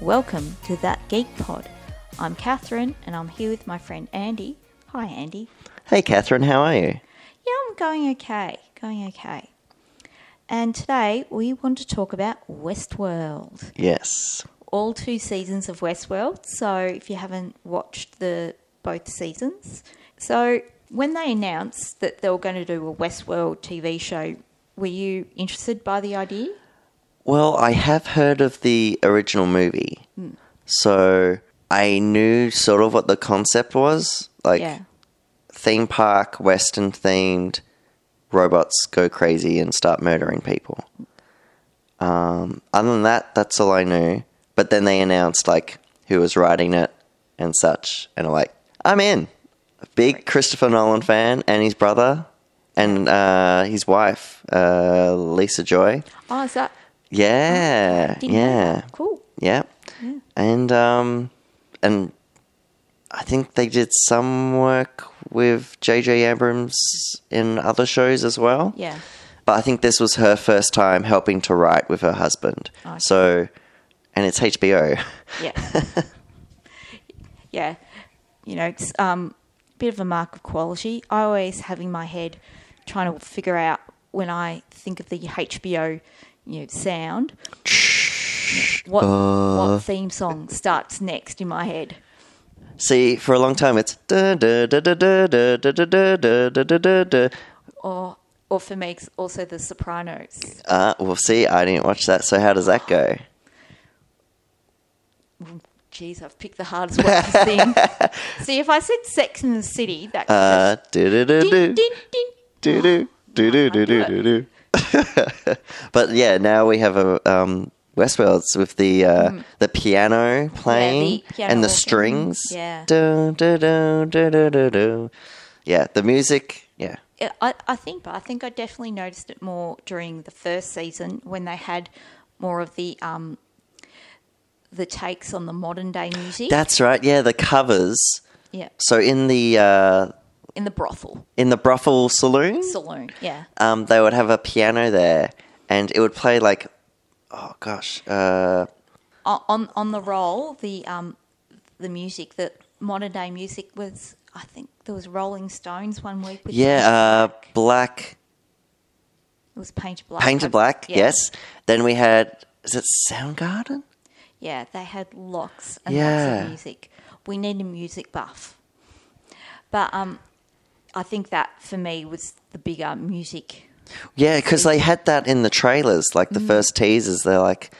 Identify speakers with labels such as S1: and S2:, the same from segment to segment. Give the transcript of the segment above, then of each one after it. S1: Welcome to That Geek Pod. I'm Catherine and I'm here with my friend Andy. Hi, Andy.
S2: Hey, Catherine, how are you?
S1: Yeah, I'm going okay, going okay. And today we want to talk about Westworld.
S2: Yes.
S1: All two seasons of Westworld. So if you haven't watched the both seasons, so when they announced that they were going to do a Westworld TV show, were you interested by the idea?
S2: Well, I have heard of the original movie. So I knew sort of what the concept was like
S1: yeah.
S2: theme park, Western themed, robots go crazy and start murdering people. Um, other than that, that's all I knew. But then they announced like who was writing it and such, and I'm like, I'm in. A big Christopher Nolan fan, and his brother, and uh, his wife, uh, Lisa Joy.
S1: Oh, is that?
S2: Yeah,
S1: Didn't know
S2: yeah,
S1: that. Cool.
S2: yeah. And um, and I think they did some work with J.J. Abrams in other shows as well.
S1: Yeah.
S2: But I think this was her first time helping to write with her husband.
S1: Okay.
S2: So, and it's HBO.
S1: Yeah. yeah. You know, it's um, bit of a mark of quality. I always have in my head trying to figure out when I think of the HBO you know, sound, what, what theme song starts next in my head.
S2: See, for a long time it's da da da da da da da da da da da da da da.
S1: Or, or for me, it's also The Sopranos.
S2: Uh, well, see, I didn't watch that. So how does that go?
S1: Jeez, I've picked the hardest one to sing. See, if I said Sex in the City, that could
S2: Uh, do do do
S1: ding,
S2: do
S1: ding, ding.
S2: do do do do do do do do. But yeah, now we have a um, Westworlds with the uh, the piano playing
S1: Mm. piano
S2: and the
S1: organ.
S2: strings.
S1: Yeah.
S2: Do do do do do do do. Yeah, the music. Yeah.
S1: Yeah, I, I think, but I think I definitely noticed it more during the first season when they had more of the um, the takes on the modern day music.
S2: That's right. Yeah, the covers.
S1: yeah,
S2: So in the uh,
S1: in the brothel
S2: in the brothel saloon,
S1: saloon. Yeah,
S2: um, they would have a piano there, and it would play like, oh gosh, uh,
S1: O- on on the roll, the um, the music, the modern day music was. I think there was Rolling Stones one week. With
S2: yeah, uh, black
S1: it was Painted Black.
S2: painted black.
S1: Yeah.
S2: Yes. Then we had is it Soundgarden?
S1: Yeah, they had locks and lots
S2: Yeah.
S1: of music. We need a music buff. But um, I think that for me was the bigger music.
S2: Yeah, because they had that in the trailers, like
S1: Mm-hmm.
S2: the first teasers. They're like,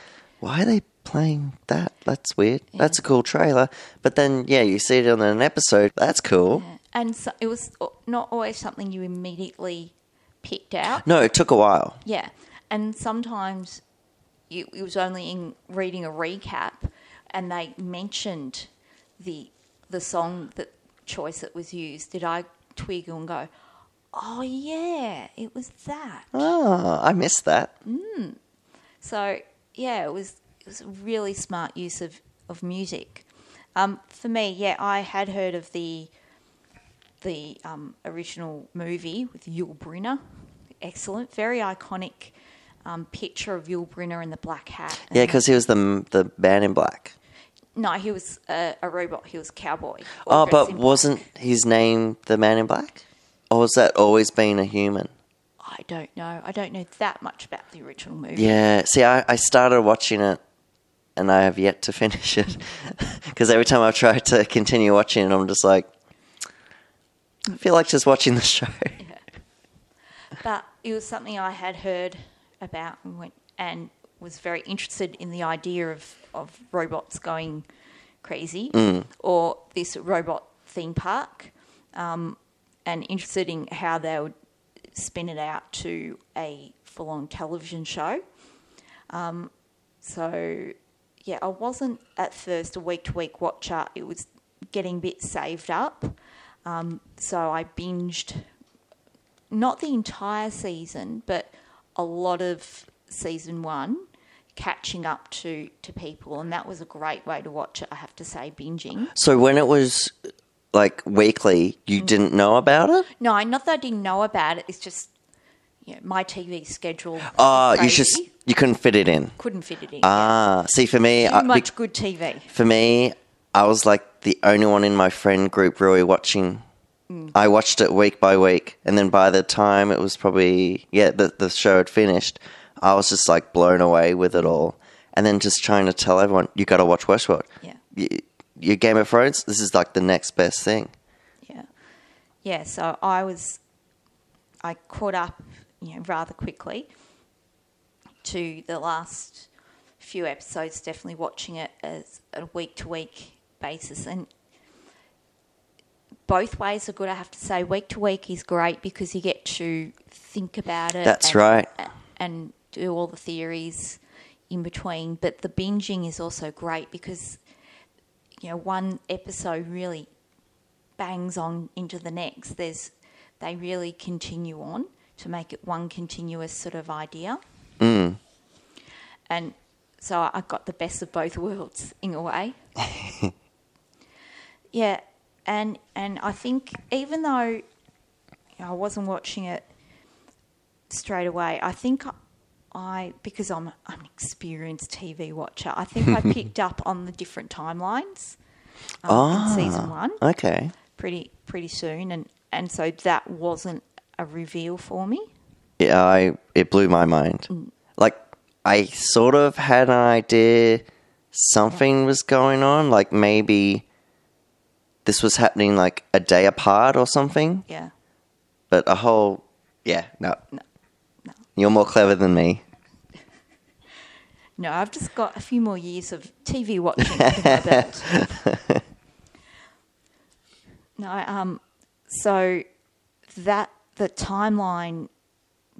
S2: why are they playing that? That's weird. That's a cool trailer. But then, yeah, you see it on an episode. That's cool.
S1: And so it was uh, not always something you immediately picked out.
S2: No, it took a while.
S1: Yeah. And sometimes you, it was only in reading a recap and they mentioned the the song that choice that was used. Did I twig and go, oh, yeah, it was that?
S2: Oh, I missed that.
S1: So yeah, it was it was a really smart use of of music. Um, for me, yeah, I had heard of the the um, original movie with Yul Brynner. Excellent, very iconic um, picture of Yul Brynner in the black hat.
S2: Yeah, because he was the the man in black.
S1: no, he was a, a robot. He was a cowboy. all
S2: Oh,
S1: dressed
S2: but
S1: in black.
S2: wasn't his name the man in black? Or has that always been a human?
S1: I don't know. I don't know that much about the original movie.
S2: Yeah. See, I, I started watching it and I have yet to finish it. Because every time I've tried to continue watching it, I'm just like, I feel like just watching the show.
S1: but it was something I had heard about and went and was very interested in the idea of, of robots going crazy or this robot theme park um, and interested in how they would spin it out to a full on television show. Um, so, yeah, I wasn't at first a week to week watcher, it was getting a bit saved up. Um, so I binged not the entire season, but a lot of season one, catching up to to people, and that was a great way to watch it. I have to say, binging.
S2: So when it was like weekly, you didn't know about it?
S1: No, not that I didn't know about it. It's just you know, my TV schedule.
S2: Oh, you
S1: crazy.
S2: just you couldn't fit it in.
S1: couldn't fit it in.
S2: Ah, see for me, I,
S1: Too much good TV.
S2: for me, I was like the only one in my friend group really watching. I watched it week by week, and then by the time it was probably yeah the the show had finished, I was just like blown away with it all, and then just trying to tell everyone you got to watch Westworld.
S1: Yeah.
S2: you, your Game of Thrones. This is like the next best thing.
S1: Yeah. Yeah, so I was I caught up, you know, rather quickly to the last few episodes, definitely watching it as a week to week basis and both ways are good, I have to say. Week to week is great because you get to think about it.
S2: That's
S1: and-
S2: right.
S1: And do all the theories in between. But the binging is also great because, you know, one episode really bangs on into the next. There's they really continue on to make it one continuous sort of idea. And so I got the best of both worlds in a way. yeah, and and I think even though you know, I wasn't watching it straight away, I think I, I because I'm I'm an experienced TV watcher, I think I picked up on the different timelines um, in season one
S2: Okay,
S1: pretty pretty soon, and and so that wasn't a reveal for me.
S2: yeah, I it blew my mind.
S1: Mm.
S2: Like I sort of had an idea something was going on, like maybe this was happening like a day apart or something,
S1: Yeah,
S2: but a whole yeah, no.
S1: No, no.
S2: You're more clever than me.
S1: no, I've just got a few more years of TV watching. in my belt. no, um, so that the timeline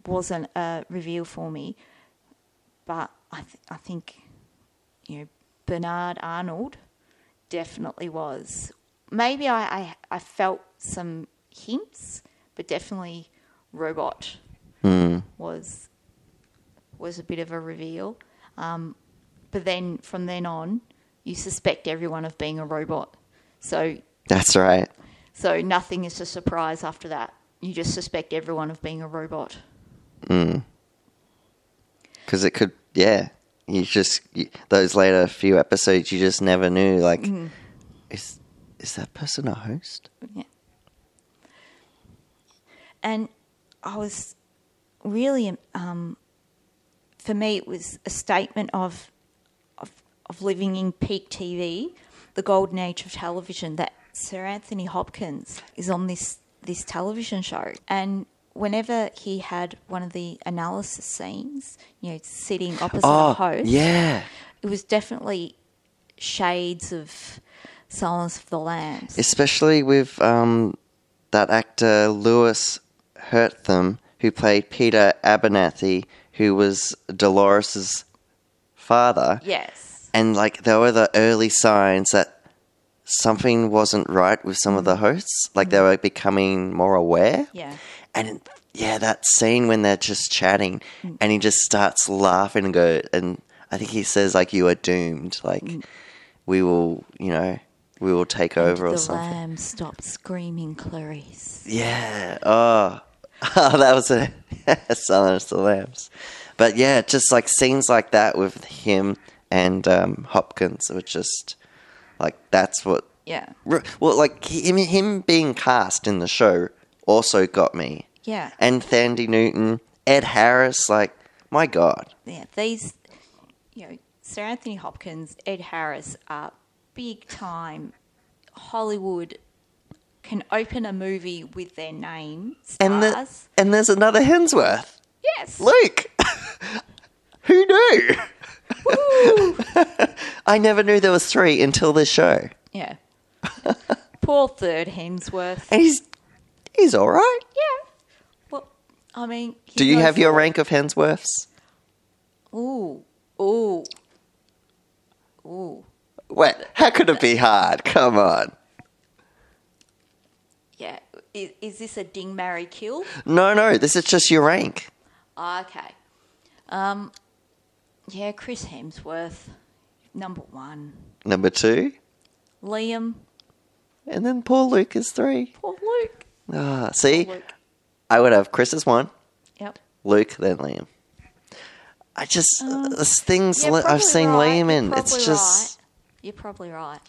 S1: wasn't a reveal for me, but I th- I think you know Bernard Arnold definitely was. Maybe I, I I felt some hints, but definitely robot was was a bit of a reveal. Um, but then from then on, you suspect everyone of being a robot, so
S2: That's right.
S1: so nothing is a surprise after that. You just suspect everyone of being a robot.
S2: Because it could, yeah. You just you, those later few episodes, you just never knew. Like,
S1: Mm.
S2: is is that person a host?
S1: Yeah. And I was really, um, for me, it was a statement of, of, of living in peak TV, the golden age of television, that Sir Anthony Hopkins is on this, this television show. And whenever he had one of the analysis scenes, you know, sitting opposite a host,
S2: Oh, yeah.
S1: it was definitely shades of Silence of the Lambs.
S2: especially with um, that actor Lewis Hertham, who played Peter Abernathy, who was Dolores's father,
S1: yes.
S2: and like there were the early signs that something wasn't right with some of the hosts, like they were becoming more aware.
S1: Yeah.
S2: and yeah, that scene when they're just chatting, and he just starts laughing and go, and I think he says like, "You are doomed," like.
S1: Mm.
S2: We will, you know, we will take over or
S1: the
S2: something.
S1: lamb stopped screaming, Clarice.
S2: Yeah. Oh, oh that was a Silence of the Lambs. But yeah, just like scenes like that with him and um, Hopkins were just like that's what.
S1: Yeah,
S2: Well, like him, him being cast in the show also got me.
S1: yeah,
S2: And Thandi Newton, Ed Harris, like my god,
S1: yeah. These, you know, Sir Anthony Hopkins, Ed Harris are big time. Hollywood can open a movie with their name stars.
S2: and the, and there's another Hensworth,
S1: yes,
S2: Luke. Who knew? I never knew there was three until this show.
S1: yeah. Poor third Hemsworth.
S2: And he's he's all right.
S1: Yeah. Well, I mean, he
S2: Do you
S1: knows
S2: have your
S1: all-
S2: rank of Hensworths?
S1: Ooh, ooh, ooh.
S2: Wait, how could it be hard? Come on.
S1: Yeah. Is, is this a ding, marry, kill?
S2: No, no, this is just your rank.
S1: Okay. Um, yeah, Chris Hemsworth, number one.
S2: Number two,
S1: Liam,
S2: and then poor Luke is three.
S1: poor Luke.
S2: Ah, see,
S1: Luke.
S2: I would have Chris as one,
S1: Yep.
S2: Luke, then Liam. I just there's things
S1: You're
S2: li- I've
S1: Uh, probably
S2: seen
S1: right,
S2: Liam
S1: you're
S2: in. It's
S1: probably
S2: just
S1: right. you're probably right.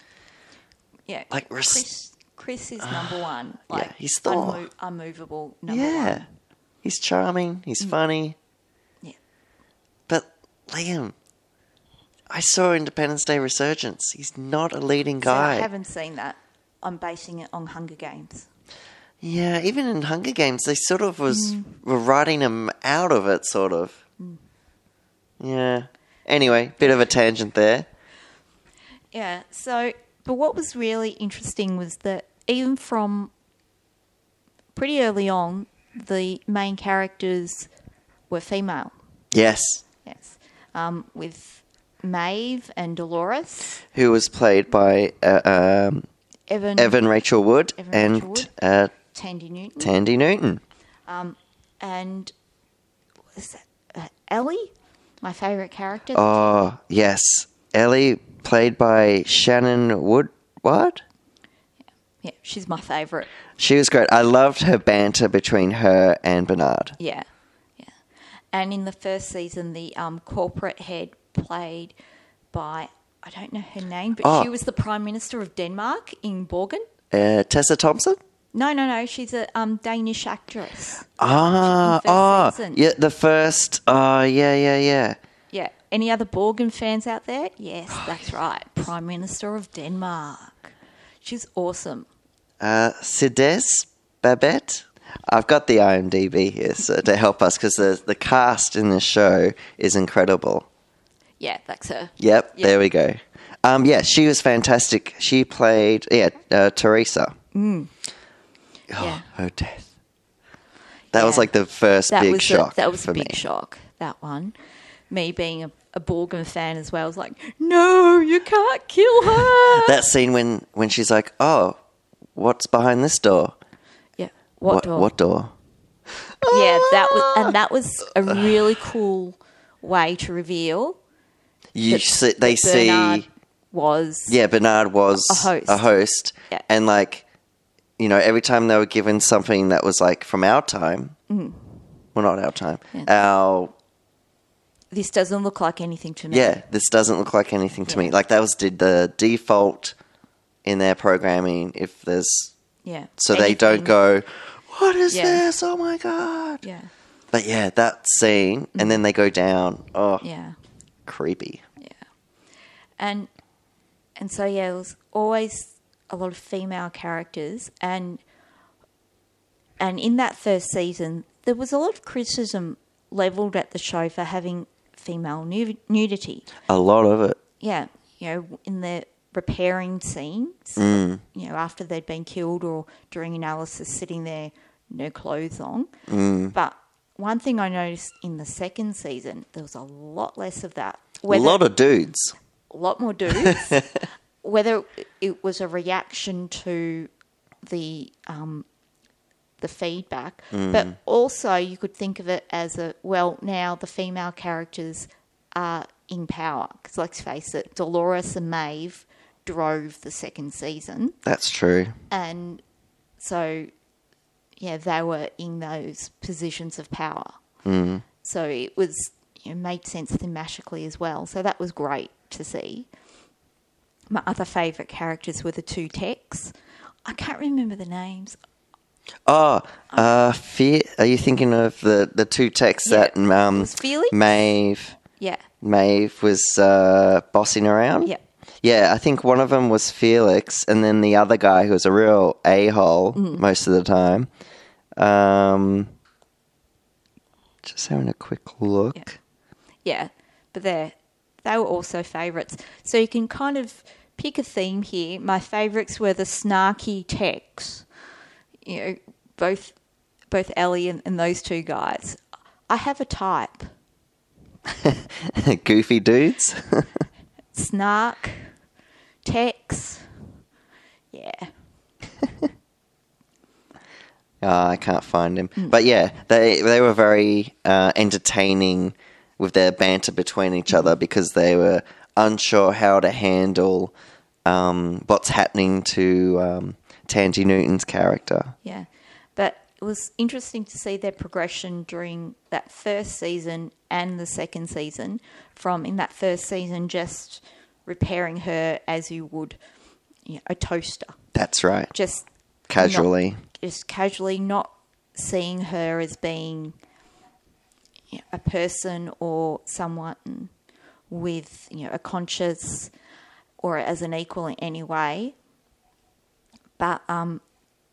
S1: Yeah,
S2: Like, res-
S1: Chris. Chris is number one. Like
S2: he's Thor.
S1: unmo- unmovable number
S2: yeah,
S1: one. Mm.
S2: he's charming. He's funny.
S1: Yeah.
S2: But Liam, I saw Independence Day Resurgence. He's not a leading
S1: So I
S2: guy.
S1: haven't seen that. I'm basing it on Hunger Games.
S2: Yeah, even in Hunger Games, they sort of was
S1: Mm.
S2: were writing him out of it, sort of. Yeah. Anyway, bit of a tangent there.
S1: Yeah. So, but what was really interesting was that even from pretty early on, the main characters were female.
S2: Yes,
S1: Yes. Um, with Maeve and Dolores,
S2: who was played by uh, um,
S1: Evan,
S2: Evan Rachel Wood
S1: Evan
S2: and
S1: Rachel Wood.
S2: Uh,
S1: Tandy Newton,
S2: Tandy Newton.
S1: and what is that, uh, Ellie, my favourite character.
S2: Oh yes, Ellie played by Shannon Wood. What?
S1: Yeah, she's my favourite.
S2: She was great. I loved her banter between her and Bernard.
S1: Yeah, yeah. And in the first season, the um, corporate head played by I don't know her name, but
S2: Oh.
S1: she was the prime minister of Denmark in Borgen.
S2: Uh, Tessa Thompson.
S1: No, no, no. She's a um, Danish actress.
S2: Ah,
S1: first
S2: ah,
S1: season.
S2: yeah, the first. Oh, yeah, yeah, yeah.
S1: Yeah. Any other Borgen fans out there? Yes, that's right. Prime Minister of Denmark. She's awesome.
S2: Uh, Cides Babette. I've got the IMDb here so, to help us because the the cast in this show is incredible.
S1: Yeah, that's her.
S2: Yep,
S1: Yeah.
S2: there we go. Um, yeah, she was fantastic. She played yeah uh, Teresa. Oh,
S1: Mm. Yeah.
S2: her death. That was
S1: Yeah.
S2: like the first
S1: That
S2: big
S1: was
S2: shock.
S1: A, that was
S2: for
S1: a big
S2: me.
S1: shock. That one. Me being a, a Borgen fan as well, I was like, no, you can't kill her.
S2: That scene when when she's like, "Oh, what's behind this door?
S1: yeah. What, door?
S2: What door?"
S1: Yeah, that was,
S2: Ah.
S1: and that was a really cool way to reveal
S2: You
S1: that-
S2: see, they
S1: that Bernard
S2: see.
S1: was
S2: Yeah, Bernard was a
S1: host.
S2: host.
S1: Yeah.
S2: And like, you know, every time they were given something that was like from our time, well, not our time,
S1: Mm-hmm. Yeah.
S2: our
S1: this doesn't look like anything to me.
S2: yeah, this doesn't look like anything to me.
S1: Yeah.
S2: Like that was did the default in their programming. If there's
S1: yeah.
S2: so they
S1: Anything.
S2: don't go, what is
S1: Yeah.
S2: this? Oh my god!
S1: Yeah,
S2: But yeah, that scene, and then they go down. Oh,
S1: Mm-hmm. yeah.
S2: creepy.
S1: and and so yeah, it was always a lot of female characters, and and in that first season, there was a lot of criticism leveled at the show for having female nu- nudity.
S2: A lot of it.
S1: Yeah, you know, in the repairing scenes, you know, after they'd been killed or during analysis, sitting there no clothes on. But one thing I noticed in the second season, there was a lot less of that.
S2: a lot of dudes.
S1: a lot more dudes. Whether it was a reaction to the um, the feedback, but also you could think of it as a well. Now the female characters are in power because let's face it, Dolores and Maeve drove the second season,
S2: That's true.
S1: and so yeah, they were in those positions of power. So it was you know, made sense thematically as well. So that was great to see. My other favourite characters were the two techs. I can't remember the names.
S2: Oh, uh, fear. Are you thinking of the, the two texts
S1: Yeah.
S2: that um,
S1: Was Felix?
S2: Maeve
S1: Yeah,
S2: Maeve was uh, bossing around?
S1: Yeah.
S2: Yeah, I think one of them was Felix, and then the other guy who was a real a hole
S1: Mm-hmm.
S2: most of the time. Um, just having a quick look.
S1: Yeah. yeah. But they they were also favourites. So you can kind of pick a theme here. My favourites were the snarky techs. You know, both both Ellie and, and those two guys. I have a type.
S2: Goofy dudes.
S1: snark, text. Yeah.
S2: Ah, I can't find him.
S1: Hmm.
S2: But yeah, they they were very uh, entertaining with their banter between each other
S1: Hmm.
S2: because they were unsure how to handle um, what's happening to um, Tandy Newton's character.
S1: Yeah. But it was interesting to see their progression during that first season and the second season. From in that first season, just repairing her as you would you know, a toaster,
S2: That's right.
S1: just not-
S2: Casually.
S1: just casually, not seeing her as being you know, a person or someone with you know a conscience or as an equal in any way. But um,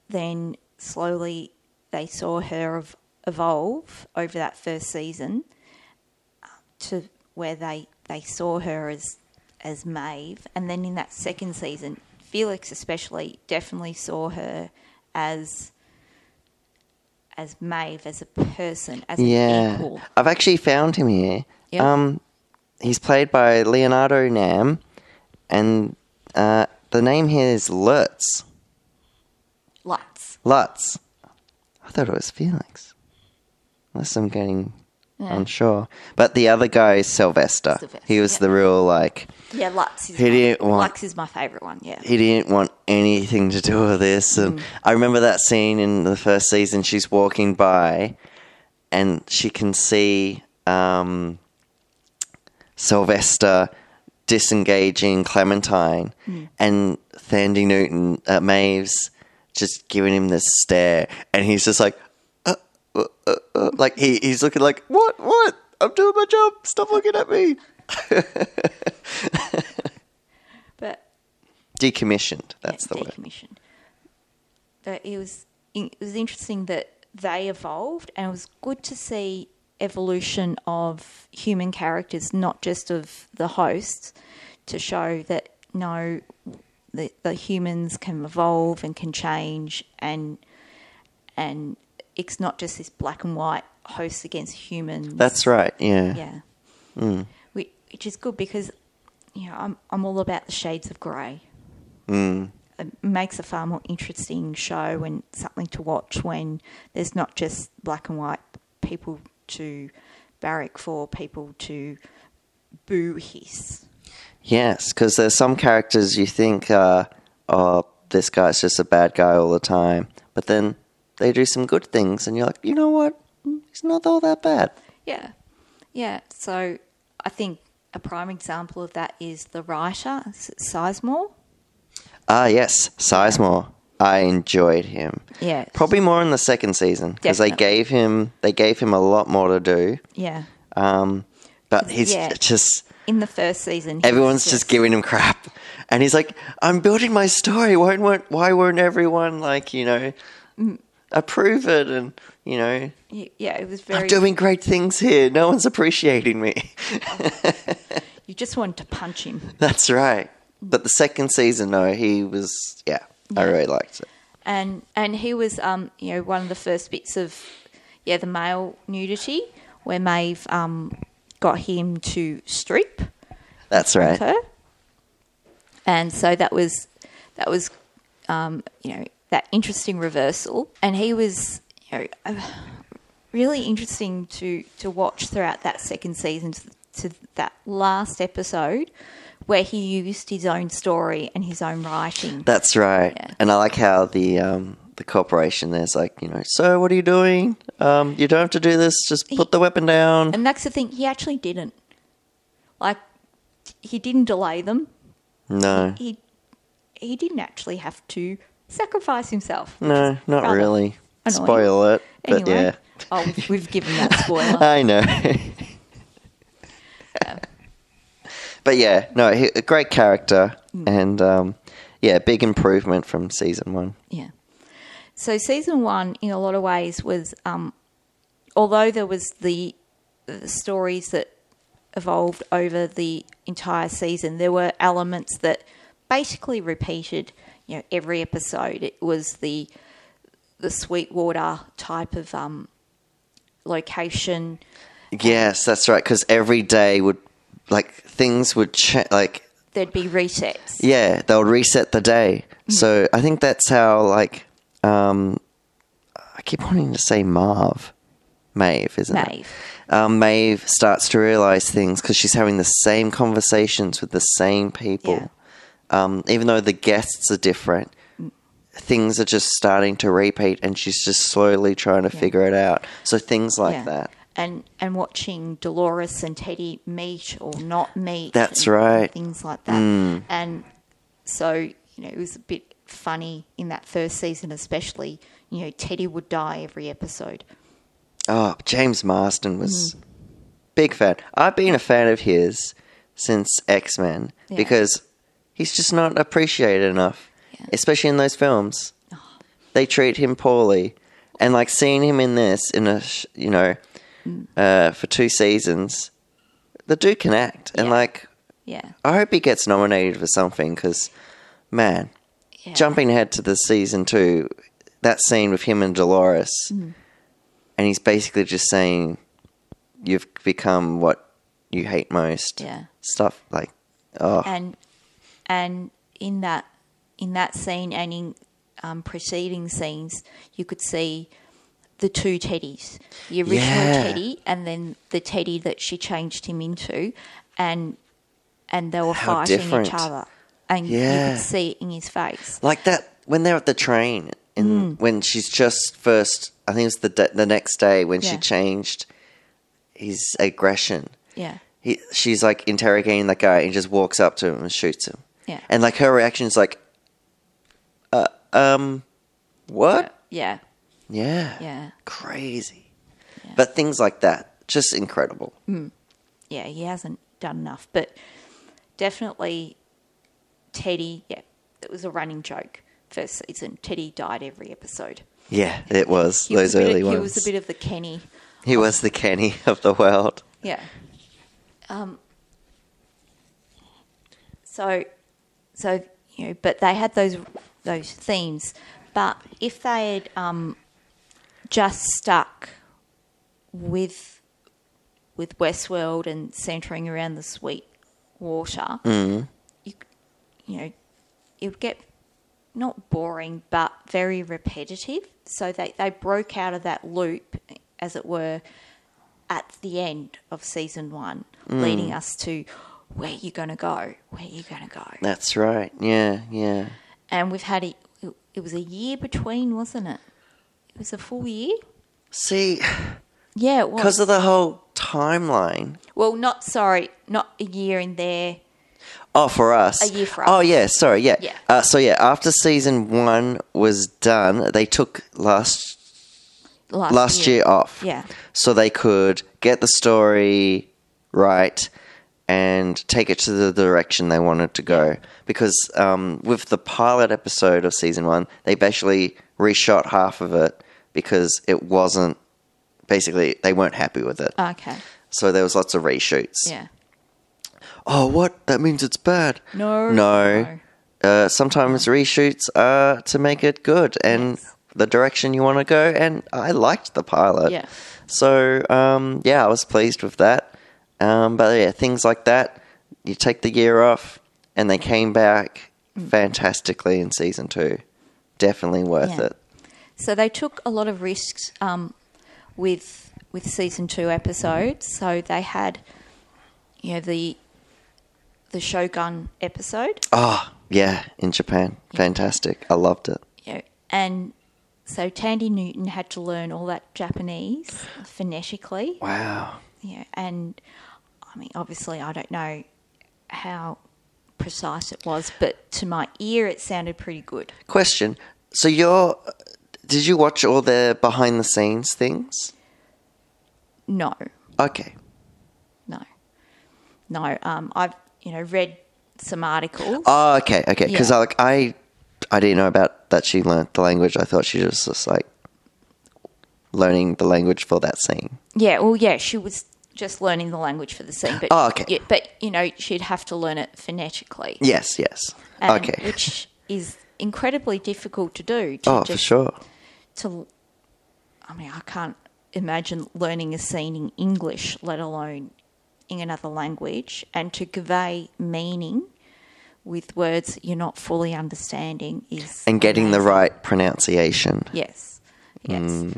S1: then slowly they saw her ev- evolve over that first season uh, to where they they saw her as as Maeve, and then in that second season, Felix especially definitely saw her as as Maeve as a person as an
S2: yeah.
S1: equal.
S2: I've actually found him here.
S1: Yeah.
S2: Um, he's played by Leonardo Nam, and uh, the name here is Lutz.
S1: Lots.
S2: Lutz. I thought it was Felix. Unless I'm getting
S1: Yeah.
S2: unsure. But the other guy is Sylvester.
S1: Sylvester,
S2: He was
S1: yeah.
S2: the real, like,
S1: Yeah, Lutz is
S2: Who do you
S1: my,
S2: want?
S1: Lux is my favourite one. Yeah,
S2: he didn't want anything to do with this. And
S1: Mm.
S2: I remember that scene in the first season. She's walking by, and she can see um, Sylvester disengaging Clementine,
S1: Mm.
S2: and Thandi Newton at Maeve's just giving him this stare, and he's just like, uh, uh, uh, uh, like he, he's looking like, what, what? I'm doing my job. Stop looking at me.
S1: but
S2: Decommissioned. That's
S1: yeah,
S2: the word.
S1: decommissioned. But it was it was interesting that they evolved, and it was good to see evolution of human characters, not just of the hosts, to show that no, the, the humans can evolve and can change, and and it's not just this black and white host against humans.
S2: That's right.
S1: Yeah.
S2: Mm.
S1: Which, which is good because, you know, I'm, I'm all about the shades of grey. Mm. It makes a far more interesting show and something to watch when there's not just black and white people to barrack for, people to boo hiss.
S2: Yes, because there's some characters you think, uh, oh, this guy's just a bad guy all the time, but then they do some good things, and you're like, you know what? Mm, He's not all that bad.
S1: Yeah. Yeah. So I think a prime example of that is the writer, S- Sizemore.
S2: Ah, yes, Sizemore. I enjoyed him.
S1: Yeah.
S2: Probably more in the second season because they
S1: Definitely.
S2: gave him they gave him a lot more to do.
S1: Yeah.
S2: Um, but he's
S1: Yeah.
S2: just
S1: In the first season, he
S2: everyone's
S1: was
S2: just giving him crap, and he's like, "I'm building my story. Why won't why won't everyone like you know
S1: Mm.
S2: approve it?" And you know,
S1: Yeah, it was very.
S2: I'm doing great things here. No one's appreciating me.
S1: You just wanted to punch him.
S2: That's right. But the second season, though, he was yeah, I really liked it.
S1: and and he was um you know one of the first bits of yeah the male nudity where Maeve um got him to strip
S2: That's right.
S1: her, and so that was that was um you know that interesting reversal, and he was you know uh, really interesting to to watch throughout that second season to, to that last episode where he used his own story and his own writing.
S2: That's right.
S1: Yeah.
S2: And I like how the um the corporation there's like you know, so what are you doing? Um, you don't have to do this. Just put the weapon down.
S1: And that's the thing, he actually didn't. Like, he didn't delay them.
S2: No,
S1: He he didn't actually have to sacrifice himself.
S2: no, not
S1: Rather
S2: really.
S1: annoying.
S2: Spoil it, but
S1: Anyway,
S2: yeah,
S1: oh, we've, we've given that spoiler.
S2: I know. But yeah, no, he, a great character, and um, yeah, big improvement from season one.
S1: yeah. So season one, in a lot of ways, was um, although there was the, the stories that evolved over the entire season, there were elements that basically repeated. You know, every episode it was the the Sweetwater type of um, location.
S2: Yes, that's right. Because every day would like things would cha- like
S1: There'd be resets.
S2: yeah they would reset the day.
S1: Mm.
S2: So I think that's how like um I keep wanting to say Marv, Maeve, isn't
S1: Maeve.
S2: it? Um, Maeve starts to realize things because she's having the same
S1: Mm.
S2: conversations with the same people. Um, even though the guests are different, things are just starting to repeat, and she's just slowly trying to figure it out. So things like
S1: Yeah.
S2: that.
S1: And and watching Dolores and Teddy meet or not meet.
S2: That's
S1: and
S2: right. Mm.
S1: Things like that. And so, you know, it was a bit funny in that first season especially, you know, Teddy would die every episode.
S2: Oh, James Marston
S1: Hmm.
S2: was big fan. I've been a fan of his since X Men
S1: Yeah.
S2: because he's just not appreciated enough,
S1: Yeah. Oh.
S2: especially in those films. They treat him poorly, and like seeing him in this in a sh- you know
S1: Hmm.
S2: uh, for two seasons, the dude can act, and
S1: Yeah.
S2: like
S1: Yeah.
S2: I hope he gets nominated for something because man,
S1: yeah.
S2: jumping ahead to the season two, that scene with him and Dolores,
S1: Mm-hmm.
S2: and he's basically just saying, "You've become what you hate most."
S1: Yeah.
S2: stuff like, oh,
S1: and and in that in that scene and in um, preceding scenes, you could see the two teddies, the original
S2: Yeah.
S1: teddy, and then the teddy that she changed him into, and and they were
S2: How
S1: fighting
S2: different.
S1: each other, and you
S2: Yeah.
S1: could see it in his face.
S2: like that when they're at the train
S1: Mm.
S2: and when she's just first. I think it's the d the next day when she
S1: Yeah.
S2: changed his aggression.
S1: Yeah,
S2: He, she's like interrogating that guy and he just walks up to him and shoots him.
S1: yeah,
S2: And like her reaction is like, uh, um, what?
S1: yeah,
S2: Yeah.
S1: yeah,
S2: Crazy.
S1: Yeah.
S2: But things like that, just incredible.
S1: yeah. He hasn't done enough, but definitely Teddy. Yeah, it was a running joke. First season, Teddy died every episode.
S2: Yeah, it was.
S1: He was
S2: those
S1: a bit
S2: early
S1: of,
S2: ones.
S1: He was a bit of the Kenny.
S2: He was the Kenny of the world.
S1: Yeah. Um, so, so you know, but they had those those themes. But if they had um, just stuck with with Westworld and centering around the sweet water, you you know, it would get not boring but very repetitive. So they, they broke out of that loop, as it were, at the end of season one, leading us to where you going to go, where you going to go.
S2: That's right. Yeah, yeah.
S1: And we've had a, it, it was a year between, wasn't it? It was a full year.
S2: See,
S1: Yeah, it was.
S2: because of the whole timeline.
S1: well, not sorry, not a year in there.
S2: Oh, for us.
S1: A year for
S2: Oh,
S1: us.
S2: yeah. Sorry. Yeah.
S1: Yeah.
S2: Uh, so yeah, after season one was done, they took last
S1: Last,
S2: last year off.
S1: Yeah.
S2: so they could get the story right and take it to the direction they wanted to go. Because um, with the pilot episode of season one, they basically reshot half of it because it wasn't basically they weren't happy with it.
S1: Okay.
S2: So there was lots of reshoots.
S1: Yeah.
S2: Oh, what? That means it's bad.
S1: No.
S2: No. Uh, sometimes reshoots are to make it good and
S1: Yes.
S2: the direction you want to go. And I liked the pilot.
S1: Yeah.
S2: So um, yeah, I was pleased with that. Um, but yeah, things like that. You take the year off, and they came back
S1: Mm.
S2: fantastically in season two. Definitely worth
S1: Yeah.
S2: it.
S1: So they took a lot of risks um, with with season two episodes. So they had, you know, the the Shogun episode,
S2: Oh yeah, in Japan, fantastic. I loved it.
S1: you know, and so Tandy Newton had to learn all that Japanese phonetically,
S2: Wow.
S1: you know, and I mean, obviously, I don't know how precise it was, but to my ear, it sounded pretty good.
S2: Question. So you're. Did you watch all the behind the scenes things?
S1: No,
S2: Okay.
S1: no, no. Um, I've you know read some articles.
S2: Oh, okay, okay. Because
S1: Yeah.
S2: I like I, I didn't know about that she learnt the language. I thought she was just like learning the language for that scene.
S1: Yeah, well, yeah, she was just learning the language for the scene, but
S2: Oh, okay.
S1: yeah, but you know, she'd have to learn it phonetically,
S2: Yes, yes.
S1: and-
S2: okay.
S1: which is incredibly difficult to do. To
S2: oh, for
S1: just-
S2: sure.
S1: To, I mean, I can't imagine learning a scene in English, let alone in another language, and to convey meaning with words you're not fully understanding is
S2: And getting the
S1: amazing.
S2: right pronunciation.
S1: Yes, yes,
S2: Mm.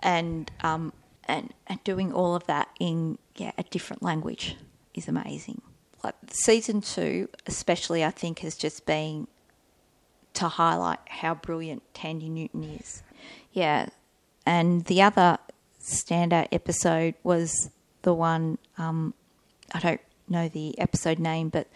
S1: and um, and and doing all of that in yeah a different language is amazing. Like season two, especially, I think has just been to highlight how brilliant Tandy Newton is. Yeah. And the other standout episode was the one, um, I don't know the episode name, but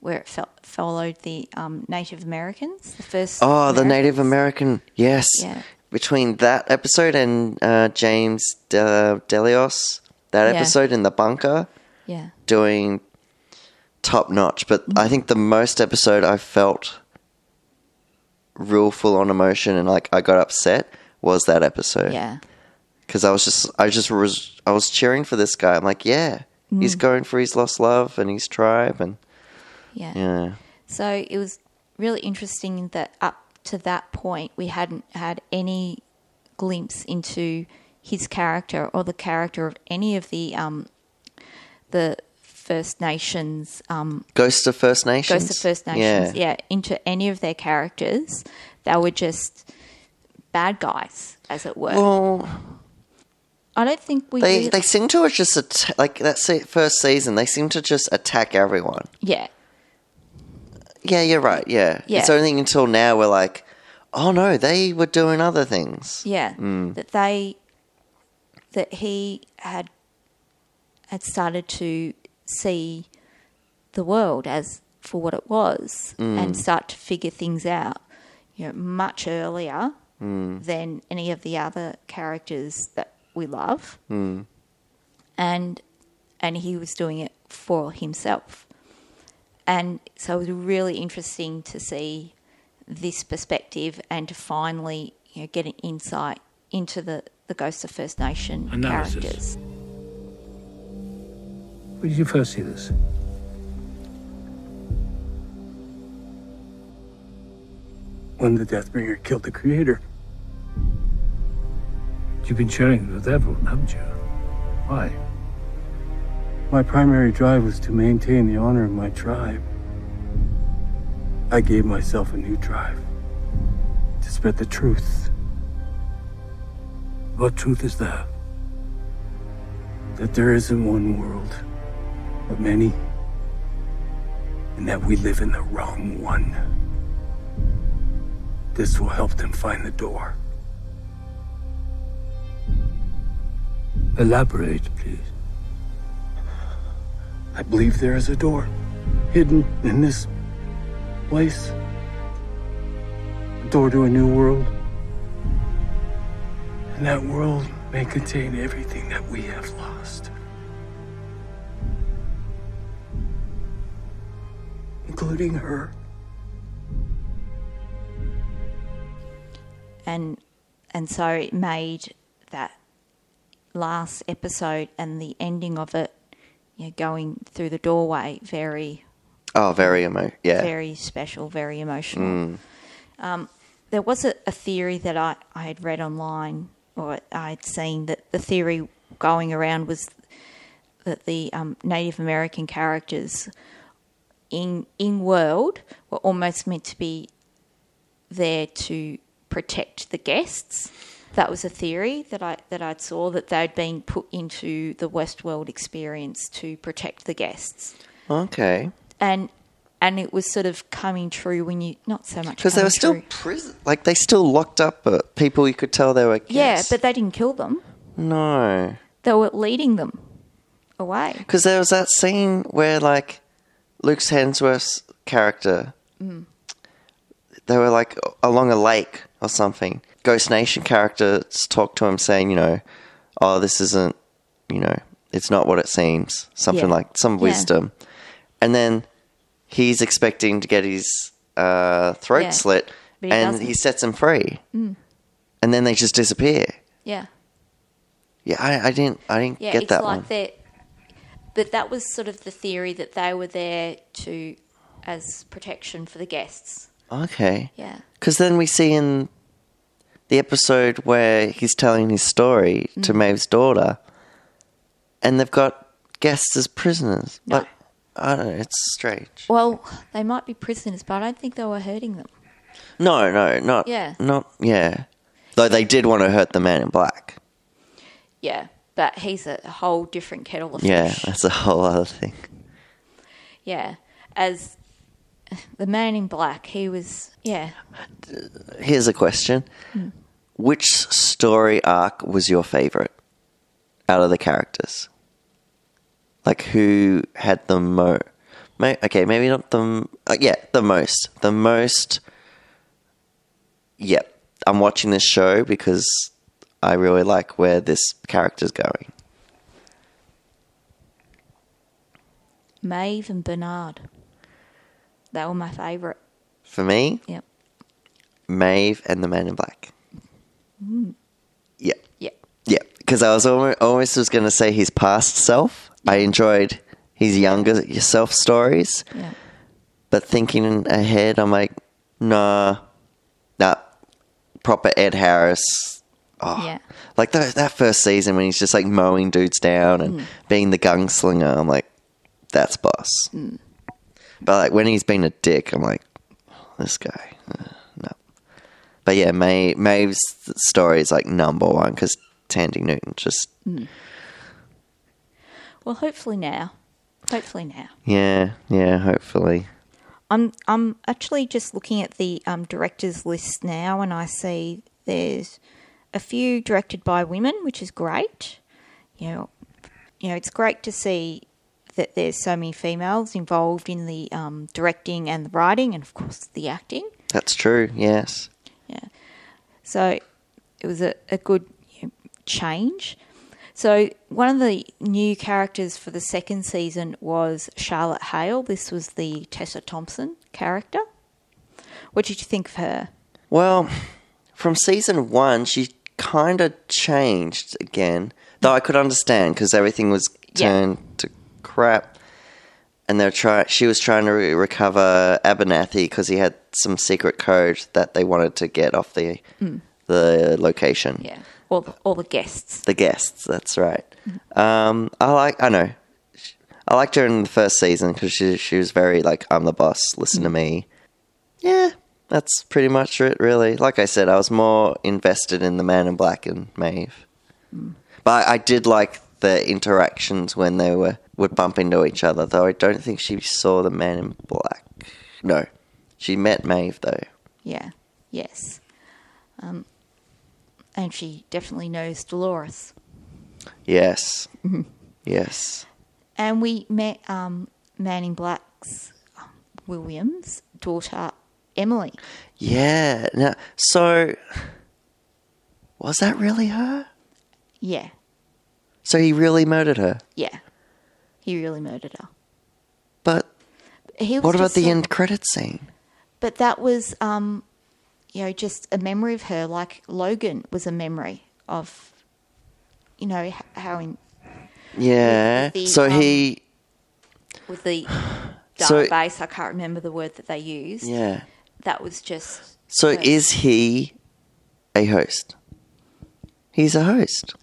S1: where it felt, followed the um, Native Americans, the first.
S2: Oh, the
S1: Americans.
S2: Native American. Yes.
S1: Yeah.
S2: Between that episode and uh, James De- Delios, that
S1: Yeah.
S2: episode in the bunker,
S1: Yeah.
S2: doing top notch. But I think the most episode I felt real full on emotion and like I got upset was that episode.
S1: Yeah.
S2: because I was just I just was I was cheering for this guy. I'm like, yeah, he's
S1: Mm.
S2: going for his lost love and his tribe, and
S1: Yeah.
S2: yeah,
S1: So it was really interesting that up to that point we hadn't had any glimpse into his character or the character of any of the um, the First Nations um,
S2: Ghost of First Nations,
S1: Ghosts of First Nations, yeah. into any of their characters. They were just bad guys, as it were.
S2: Well,
S1: I don't think we.
S2: they
S1: really-
S2: they seem to just atta- like that se- first season. They seem to just attack everyone.
S1: yeah,
S2: Yeah, you're right. Yeah,
S1: Yeah.
S2: it's only until now we're like, oh no, they were doing other things.
S1: Yeah,
S2: Mm.
S1: that they that he had had started to see the world as for what it was and start to figure things out, you know, much earlier than any of the other characters that we love, and and he was doing it for himself, and so it was really interesting to see this perspective and to finally you know, get an insight into the, the Ghosts of First Nation
S3: Analysis.
S1: characters.
S3: Where did you first see this?
S4: when the Deathbringer killed the creator.
S3: You've been sharing it with everyone, haven't you? Why?
S4: My primary drive was to maintain the honor of my tribe. I gave myself a new drive to spread the truth
S3: What truth is there?
S4: that there isn't one world, but many, and that we live in the wrong one. This will help them find the door.
S3: Elaborate, please.
S4: I believe there is a door hidden in this place. A door to a new world. And that world may contain everything that we have lost, including her.
S1: and and so it made that last episode and the ending of it, you know, going through the doorway, very
S2: Oh, very emo. Yeah,
S1: very special, very emotional. Um, there was a, a theory that I, I had read online or I had seen that the theory going around was that the um, Native American characters in in world were almost meant to be there to protect the guests. That was a theory that I that I'd saw that they'd been put into the Westworld experience to protect the guests
S2: okay.
S1: and and it was sort of coming true when you not so much
S2: Because they
S1: coming
S2: were still
S1: true.
S2: prison, like they still locked up uh, people. You could tell they were kids.
S1: yeah, but they didn't kill them.
S2: no.
S1: They were leading them away.
S2: Because there was that scene where, like, Luke's Hemsworth's character,
S1: Mm.
S2: they were like along a lake or something. Ghost Nation characters talked to him saying, you know, oh, this isn't, you know, it's not what it seems. Something
S1: Yeah.
S2: like some
S1: Yeah.
S2: wisdom. And then he's expecting to get his uh, throat
S1: Yeah.
S2: slit
S1: But he
S2: and
S1: doesn't. Mm.
S2: he sets him free. And then they just disappear.
S1: Yeah,
S2: Yeah, I, I didn't, I didn't
S1: yeah.
S2: get
S1: it's
S2: that
S1: like
S2: one.
S1: that. But that was sort of the theory that they were there to as protection for the guests.
S2: Okay.
S1: Yeah,
S2: Because then we see in the episode where he's telling his story
S1: Mm.
S2: to Maeve's daughter, and they've got guests as prisoners.
S1: No.
S2: Like, I don't know, it's strange.
S1: Well, they might be prisoners, but I don't think they were hurting them.
S2: No, no, not.
S1: Yeah.
S2: Not, yeah. Though they did want to hurt the man in black.
S1: Yeah, but he's a whole different kettle of
S2: Yeah,
S1: fish.
S2: that's a whole other thing.
S1: Yeah, as the man in black, he was, yeah.
S2: Here's a question: Which story arc was your favorite out of the characters? Like who had the mo? May- okay, maybe not the m- uh, yeah the most the most. Yep, I'm watching this show because I really like where this character's going.
S1: Maeve and Bernard. They were my favourite.
S2: For me,
S1: Yep.
S2: Maeve and the Man in Black. Yep.
S1: Yep.
S2: Yeah, because I was almost, almost was going to say his past self. I enjoyed his younger self stories,
S1: Yeah.
S2: but thinking ahead, I'm like, nah, nah, proper Ed Harris. Oh.
S1: Yeah.
S2: Like that, that first season when he's just like mowing dudes down and being the gunslinger, I'm like, that's boss. But like when he's been a dick, I'm like, this guy, uh, no. But yeah, Mae, Maeve's story is like number one because Tandy Newton just,
S1: Well, hopefully now. Hopefully now.
S2: yeah, yeah, hopefully.
S1: I'm I'm actually just looking at the um, directors list now, and I see there's a few directed by women, which is great. You know, you know, it's great to see that there's so many females involved in the um, directing and the writing, and of course the acting.
S2: That's true, yes.
S1: So it was a, a good you know, change. So one of the new characters for the second season was Charlotte Hale. This was the Tessa Thompson character. What did you think of her?
S2: Well, from season one, she kind of changed again. Though I could understand because everything was
S1: Yeah.
S2: turned to crap, and they're try- She was trying to re- recover Abernathy because he had some secret code that they wanted to get off the the location.
S1: all the, all the guests.
S2: The guests. That's right. Um, I like. I know. I liked her in the first season because she she was very like I'm the boss. Listen to me. Yeah, that's pretty much it. Really, like I said, I was more invested in the Man in Black and Maeve, but I did like the interactions when they were would bump into each other. Though I don't think she saw the Man in Black. No, she met Maeve though.
S1: Yeah, yes. Um, and she definitely knows Dolores.
S2: Yes, yes.
S1: And we met um, Manning Black's um, Williams' daughter, Emily.
S2: Yeah. Now, so was that really her?
S1: Yeah,
S2: So he really murdered her.
S1: yeah. He really murdered her.
S2: But
S1: He was
S2: what about
S1: just
S2: the
S1: so-
S2: end credit scene?
S1: But that was, um, you know, just a memory of her. Like Logan was a memory of, you know, h- how in
S2: Yeah.
S1: the,
S2: so he.
S1: with the
S2: So-
S1: database, I can't remember the word that they used.
S2: Yeah.
S1: That was just
S2: So
S1: Right.
S2: is he a host? He's a host.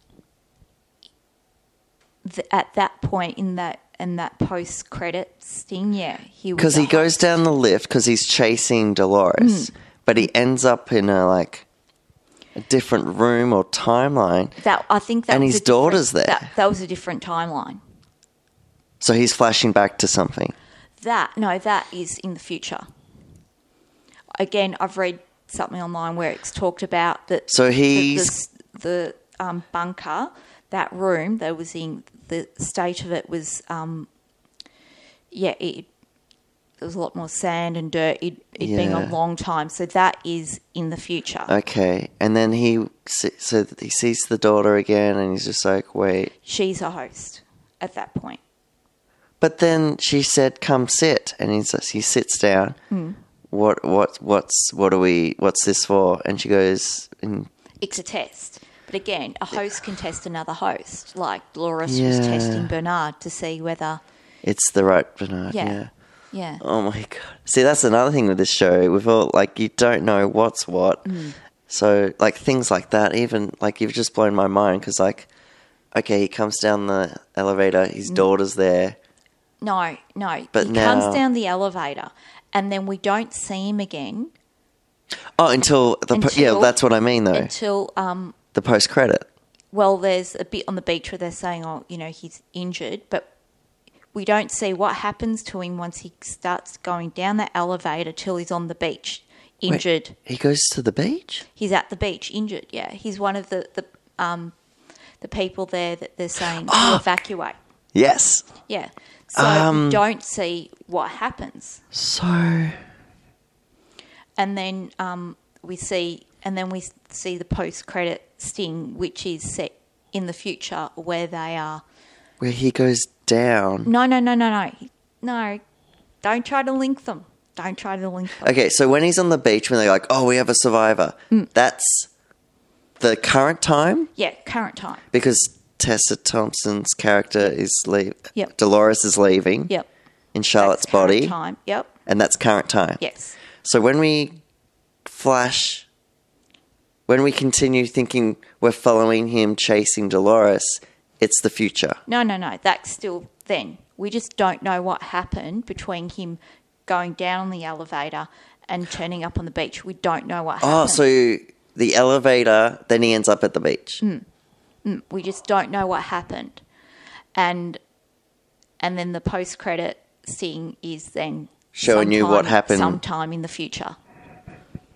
S1: th- at that point in that in that post credit sting. Yeah, he was
S2: Because he
S1: a- Hmm.
S2: goes down the lift because he's chasing Dolores, but he ends up in a like a different room or timeline.
S1: That I think that
S2: and
S1: was
S2: his
S1: a different-
S2: daughter's there.
S1: That, that was a different timeline.
S2: So he's flashing back to something.
S1: That no, that is in the future. Again, I've read something online where it's talked about that.
S2: So
S1: that
S2: he's-
S1: the, the um, bunker, that room that was in. The state of it was, um, yeah, it there was a lot more sand and dirt. It it been a
S2: Yeah. Uh,
S1: long time, so that is in the future.
S2: Okay, and then he se- so that he sees the daughter again, and he's just like, "Wait!"
S1: She's a host at that point.
S2: But then she said, "Come sit," and he's he sits down.
S1: Hmm.
S2: What what what's what are we? What's this for? And she goes, and,
S1: It's a test. But again, a host can test another host. Like Dolores was
S2: Yeah.
S1: testing Bernard to see whether,
S2: "It's the right Bernard."
S1: Yeah.
S2: Yeah.
S1: yeah,
S2: Oh my god! See, that's another thing with this show. With all like, you don't know what's what.
S1: Hmm.
S2: So like things like that. Even like you've just blown my mind because like, okay, he comes down the elevator.
S1: Hmm.
S2: His daughter's there.
S1: no, no.
S2: But
S1: he
S2: now-
S1: comes down the elevator, and then we don't see him again
S2: Oh, until the po- yeah,
S1: Until-
S2: that's what I mean though.
S1: until, um,
S2: the post credit.
S1: well, there's a bit on the beach where they're saying, oh, you know, he's injured, but we don't see what happens to him once he starts going down that elevator till he's on the beach, injured.
S2: He goes to the beach?
S1: He's at the beach, injured. Yeah, he's one of the the um, the people there that they're saying to evacuate.
S2: Yes.
S1: Yeah, so we don't see what happens,
S2: So
S1: and then um, we see, and then we s- see the post credit sting, which is set in the future where they are
S2: where he goes down.
S1: No, no, no, no, no. No. Don't try to link them. Don't try to link them.
S2: Okay, so when he's on the beach when they're like, "Oh, we have a survivor."
S1: Mm.
S2: That's the current time
S1: Yeah, current time.
S2: because Tessa Thompson's character is leaving.
S1: Yep.
S2: Dolores is leaving
S1: Yep.
S2: in Charlotte's
S1: That's current
S2: body,
S1: Time. Yep.
S2: and that's current time.
S1: Yes.
S2: So when we flash, when we continue thinking we're following him chasing Dolores, it's the future.
S1: No, no, no. That's still then. We just don't know what happened between him going down the elevator and turning up on the beach. We don't know what happened.
S2: Oh, so the elevator, then he ends up at the beach.
S1: we just don't know what happened. And and then the post credit scene is then
S2: Showing you what
S1: sometime-
S2: happened.
S1: sometime in the future.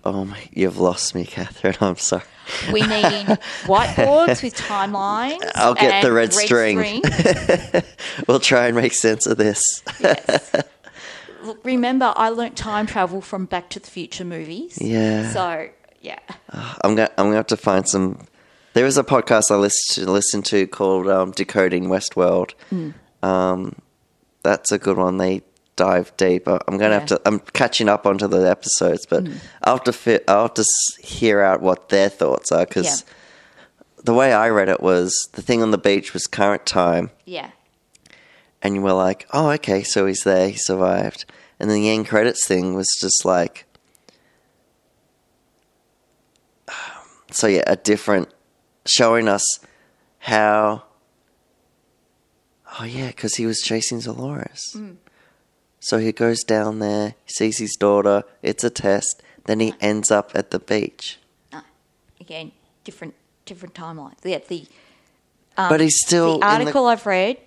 S2: Oh my, you've lost me, Catherine. I'm sorry.
S1: We need whiteboards with timelines.
S2: I'll get the
S1: and
S2: red string. We'll try and make sense of this.
S1: Yes. Look, remember, I learnt time travel from Back to the Future movies.
S2: Yeah.
S1: So, yeah.
S2: I'm gonna, I'm gonna have to find some. There is a podcast I listen to, listen to called um, "Decoding Westworld."
S1: Hmm.
S2: Um, that's a good one. They dive deeper. I'm gonna have
S1: Yeah. Hmm.
S2: to. I'm catching up onto the episodes, but I'll have to fit. I'll have to s- hear out what their thoughts are because
S1: Yeah.
S2: the way I read it was the thing on the beach was current time,
S1: Yeah.
S2: and you were like, "Oh, okay, so he's there. He survived." And then the end credits thing was just like, um, so yeah, a different showing us how. Oh yeah, because he was chasing Dolores.
S1: Mm.
S2: So he goes down there, sees his daughter. It's a test. Then
S1: Uh-huh.
S2: he ends up at the beach,
S1: Again, different different timelines. Yeah, the,
S2: but he's still
S1: Um, the
S2: in the-
S1: article I've read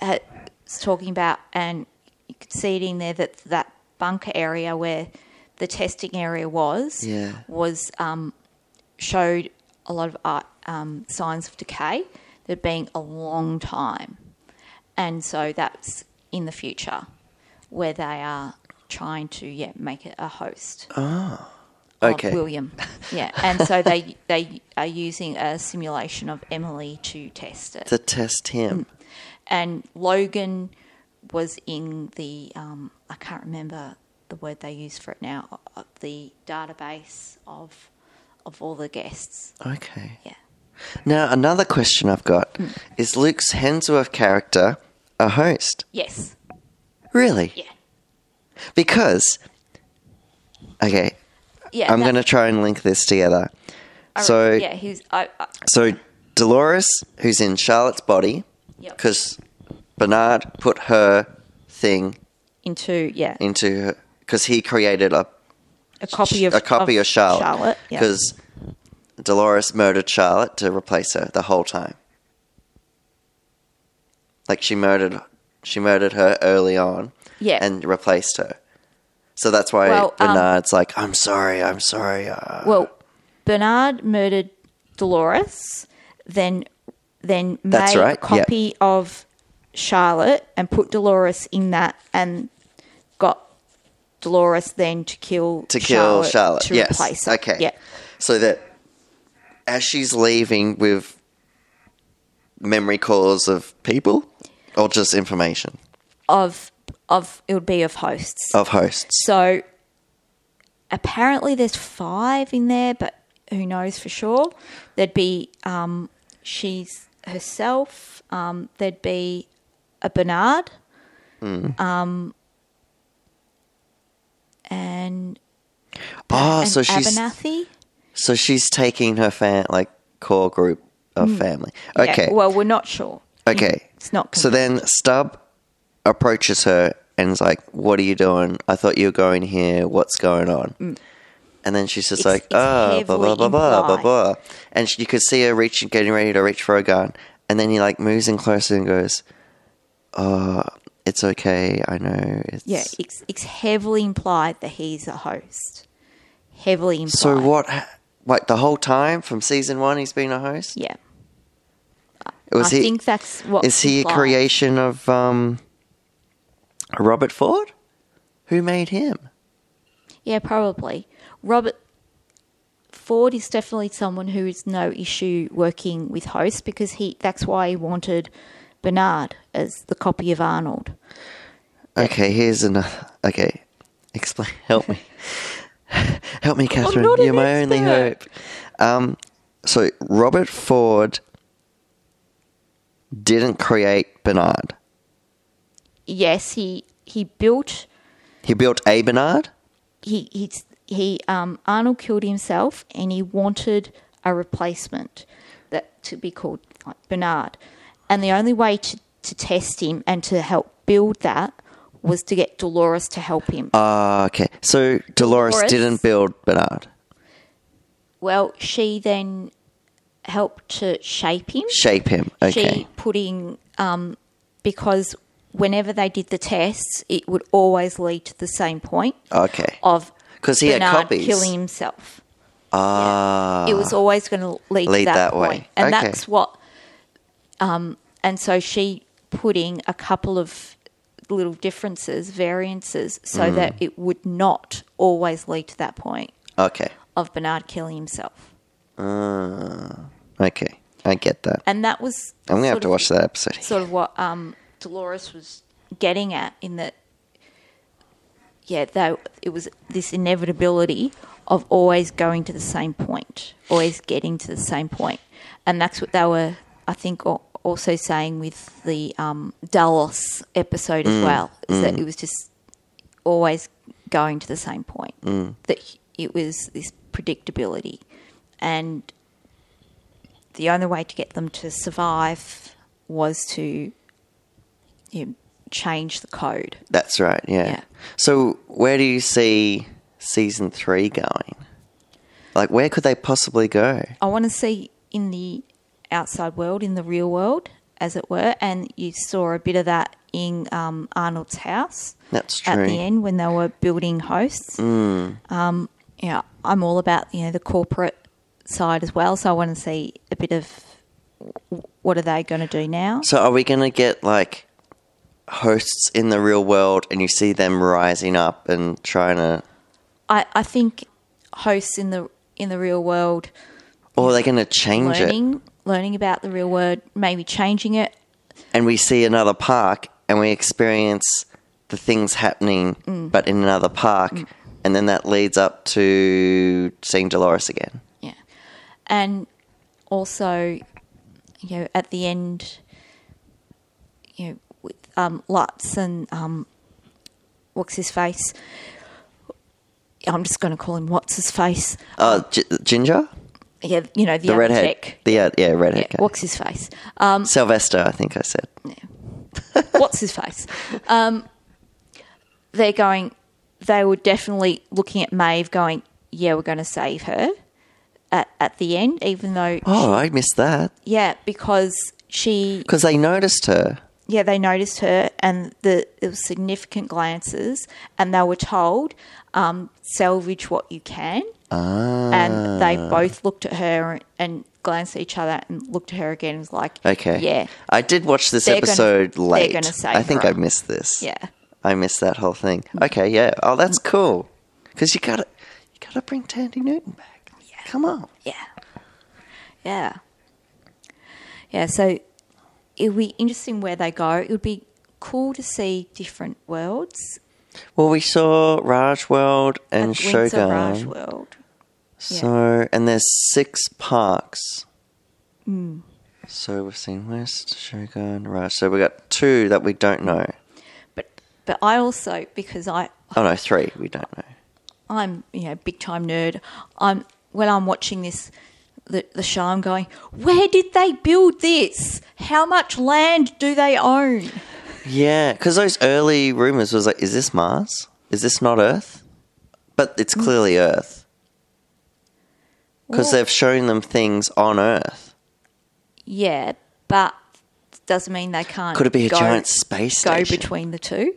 S1: uh, is talking about, and you could see it in there, that that bunker area where the testing area was,
S2: Yeah.
S1: was um, showed a lot of art, um, signs of decay. There being a long time, and so that's in the future where they are trying to yeah make it a host of
S2: okay.
S1: William. Yeah, and so they they are using a simulation of Emily to test it.
S2: to test him.
S1: Mm. And Logan was in the um, I can't remember the word they use for it now. uh, The database of of all the guests.
S2: Okay.
S1: Yeah.
S2: Now, another question I've got
S1: Hmm.
S2: is Luke's Hemsworth character a host?
S1: Yes.
S2: Really?
S1: Yeah.
S2: Because, okay,
S1: Yeah.
S2: I'm
S1: that-
S2: going to try and link this together.
S1: I re-
S2: so,
S1: yeah, he's. I, I,
S2: so Dolores, who's in Charlotte's body,
S1: Yep.
S2: because Bernard put her thing
S1: into yeah
S2: into her, because he created a
S1: a copy of
S2: a copy of, Charlotte.
S1: Charlotte. Yeah.
S2: Because Dolores murdered Charlotte to replace her the whole time. Like she murdered she murdered her early on
S1: Yeah.
S2: and replaced her. So that's why
S1: Well, um,
S2: Bernard's like, I'm sorry, I'm sorry. Uh,
S1: Well, Bernard murdered Dolores, then then
S2: That's
S1: made a
S2: right, yeah.
S1: copy of Charlotte and put Dolores in that, and got Dolores then to kill
S2: to kill Charlotte.
S1: to
S2: yes.
S1: replace her.
S2: Okay.
S1: yeah,
S2: So that as she's leaving with memory calls of people or just information
S1: of of it would be of hosts.
S2: of hosts.
S1: So apparently there's five in there, but who knows for sure? There'd be um, she's herself. Um, there'd be a Bernard,
S2: Hmm.
S1: um, and
S2: Oh,
S1: an
S2: so she's
S1: Abernathy.
S2: So she's taking her fan like core group of family.
S1: Mm. Yeah,
S2: Okay.
S1: well, we're not sure.
S2: okay.
S1: It's not.
S2: So then Stub approaches her and is like, "What are you doing? I thought you were going here. What's going on?" And then she's just
S1: Mm. It's-
S2: like,
S1: it's
S2: "Ah, blah blah
S1: heavily
S2: blah blah blah
S1: implied.
S2: blah," and she, you could see her reaching, getting ready to reach for a gun, and then he like moves in closer and goes, "Uh, it's okay. I know. It's...
S1: Yeah, it's, it's heavily implied that he's a host. Heavily implied.
S2: So what? ha- Like the whole time from season one, he's been a host.
S1: Yeah.
S2: Was
S1: I
S2: he?
S1: think that's what.
S2: is he a creation of um, Robert Ford? Who made him?
S1: Yeah, probably. Robert Ford is definitely someone who is no issue working with hosts because he that's why he wanted Bernard as the copy of Arnold.
S2: Okay, here's another. Okay, explain. Help me. help me, Catherine.
S1: not an
S2: You're my only hope.
S1: expert.
S2: Um, so Robert Ford didn't create Bernard.
S1: Yes, he he built
S2: He built a Bernard.
S1: he he he um Arnold killed himself and he wanted a replacement that to be called like Bernard. And the only way to, to test him and to help build that was to get Dolores to help him.
S2: Ah, okay, so Dolores,
S1: Dolores.
S2: didn't build Bernard.
S1: Well, she then helped to shape him.
S2: Shape him. Okay.
S1: She put in um, because whenever they did the tests, it would always lead to the same point
S2: okay.
S1: of
S2: 'Cause he had
S1: Bernard
S2: copies.
S1: killing himself.
S2: Ah.
S1: it was always going to lead,
S2: Lead
S1: to that,
S2: that way.
S1: point. and
S2: Okay.
S1: that's what. Um, and so she put in a couple of little differences, variances, so
S2: Mm.
S1: that it would not always lead to that point
S2: okay.
S1: of Bernard killing himself.
S2: Okay. I get that.
S1: Ah. And that was
S2: I'm gonna have
S1: sort
S2: to
S1: of-
S2: watch that episode.
S1: sort of what um, Dolores was getting at in that, yeah, though it was this inevitability of always going to the same point, always getting to the same point, and that's what they were, I think, al- also saying with the um, Dallas episode as well, is that it was just always going to the same point, that h- it was this predictability, and the only way to get them to survive was to you know, change the code.
S2: That's right. Yeah.
S1: Yeah.
S2: So where do you see season three going? Like, where could they possibly go?
S1: I want to see in the outside world, in the real world, as it were, and you saw a bit of that in um, Arnold's house
S2: That's
S1: at
S2: true.
S1: the end when they were building hosts. Um, yeah, I'm all about you know the corporate side as well, so I want to see a bit of w- what are they going to do now.
S2: So are we going to get like hosts in the real world, and you see them rising up and trying to,
S1: I, I think hosts in the in the real world
S2: or are they going to change
S1: learning learning about the real world, maybe changing it.
S2: it? And we see another park, and we experience the things happening,
S1: Mm.
S2: but in another park, and then that leads up to seeing Dolores again.
S1: Yeah. And also, you know, at the end, you know, with um, Lutz and um, what's his face? I'm just going to call him what's his face.
S2: Oh, G- Ginger,
S1: Yeah, you know, the,
S2: the
S1: other
S2: redhead,
S1: chick.
S2: the uh, yeah redhead,
S1: Yeah,
S2: guy.
S1: what's his face? Um,
S2: Sylvester, I think I said.
S1: what's his face? Um, they're going. They were definitely looking at Maeve, going, "Yeah, we're going to save her." At, at the end, even though,
S2: Oh, I missed that
S1: yeah, because she,
S2: because they noticed her.
S1: yeah, they noticed her, and the it was significant glances, and they were told, um, "Salvage what you can,"
S2: Ah,
S1: and they both looked at her and glanced at each other and looked at her again, and was like,
S2: okay.
S1: yeah,
S2: I did watch this
S1: They're gonna-
S2: episode
S1: they're
S2: late.
S1: gonna save
S2: I think
S1: her.
S2: I missed this.
S1: yeah." Mm.
S2: I missed that whole thing. Okay, yeah. Oh, that's cool. Because you gotta, you gotta bring Tandy Newton back. Come on.
S1: Yeah. Yeah. Yeah, so it would be interesting where they go. It would be cool to see different worlds.
S2: Well, we saw Raj World
S1: at
S2: and
S1: Windsor
S2: Shogun.
S1: Raj world.
S2: So, and there's six parks.
S1: Hmm.
S2: So we've seen West, Shogun, Raj. So we got two that we don't know.
S1: But but I also because I
S2: Oh no, three we don't know.
S1: I'm, you know, big time nerd, I'm when I'm watching this the, the show I'm going, Where did they build this? How much land do they own?
S2: Yeah, because those early rumors was like, is this Mars? Is this not Earth? But it's clearly Earth because
S1: Well-
S2: they've shown them things on Earth.
S1: Yeah, but doesn't mean they can't.
S2: Could it be a
S1: go-
S2: giant space
S1: Go
S2: station?
S1: between the two.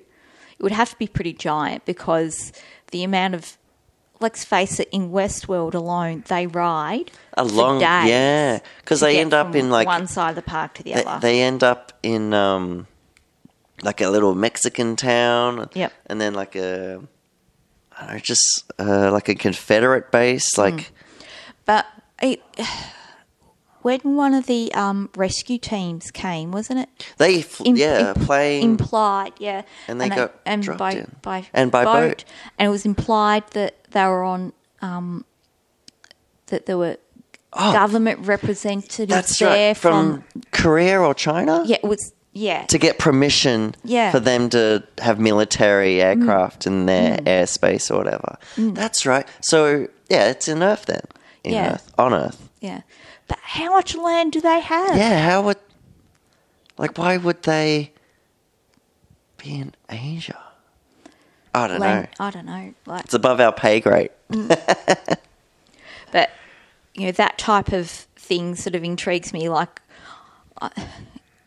S1: It would have to be pretty giant because the amount of, let's face it, in Westworld alone, they ride
S2: a
S1: for
S2: long
S1: days
S2: yeah because
S1: to
S2: they
S1: get
S2: end up
S1: from
S2: in like
S1: one side of the park to the
S2: they,
S1: other.
S2: they end up in um like a little Mexican town.
S1: Yep.
S2: And then like a I don't know, just uh, like a Confederate base. Like
S1: Mm. But it, when one of the um, rescue teams came, wasn't it?
S2: they fl-
S1: Im-
S2: yeah
S1: im-
S2: playing
S1: implied, yeah.
S2: And they
S1: it-
S2: got
S1: and
S2: dropped
S1: by,
S2: in.
S1: by
S2: And by boat.
S1: and it was implied that they were on um, that there were government representatives
S2: Oh. that's
S1: there
S2: right from, Korea or China.
S1: yeah, it was yeah,
S2: To get permission
S1: Yeah. Mm.
S2: for them to have military aircraft in their airspace or whatever. That's right. So yeah, it's in Earth then. In
S1: Yeah.
S2: Earth. On Earth.
S1: yeah. But how much land do they have?
S2: Yeah, how would like why would they be in Asia? I don't
S1: Land-
S2: know.
S1: I don't know. Like,
S2: It's above our pay grade.
S1: but you know that type of thing sort of intrigues me like I,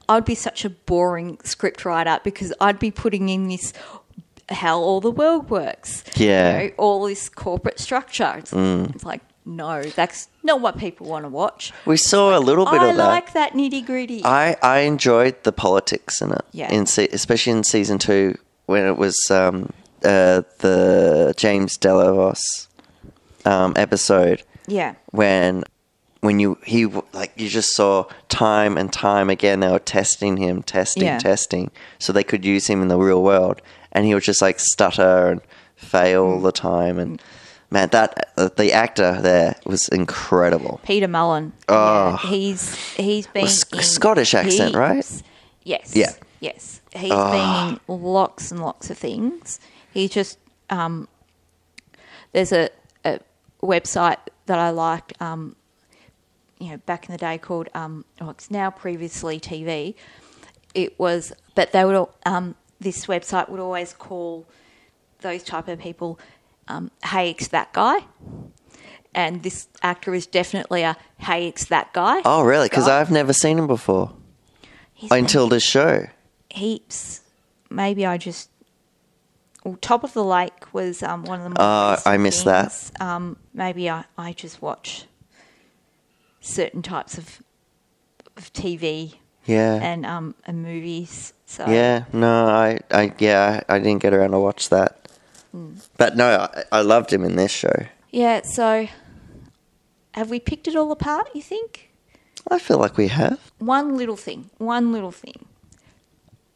S1: i'd be such a boring script writer because i'd be putting in this how all the world works
S2: Yeah.
S1: you know, all this corporate structure it's,
S2: Mm.
S1: it's like no that's not what people want to watch
S2: We saw a little bit
S1: i
S2: of that.
S1: like that nitty gritty
S2: I I enjoyed the politics in it.
S1: Yeah.
S2: In se- especially in season 2 when it was um uh the James Delavos um episode
S1: yeah
S2: when when you he like you just saw time and time again they were testing him testing
S1: Yeah.
S2: testing so they could use him in the real world and he would just like stutter and fail all the time and man that uh, the actor there was incredible
S1: peter mullen
S2: Oh.
S1: yeah, he's he's been
S2: Sc-
S1: in
S2: Scottish accent, right?
S1: heaps. Yes.
S2: Yeah. Ah.
S1: Yes. He's been in lots and lots of things. He's just um, there's a, a website that I liked, um, you know, back in the day called um, oh, it's now previously TV. It was, but they would al- um, this website would always call those type of people, um, hey, it's that guy. And this actor is definitely a hey, it's that guy.
S2: oh really because i've never seen him before
S1: He's been
S2: until this show
S1: heaps. Maybe I just. Well, Top of the Lake was um, one of the. More
S2: Uh,
S1: recent
S2: I missed that.
S1: things. Um, maybe I, I just watch certain types of of TV
S2: yeah
S1: and um and movies. So
S2: yeah no i i yeah i didn't get around to watch that but no I, I loved him in this show
S1: yeah. So have we picked it all apart? You think
S2: i feel like we have
S1: one little thing, one little thing.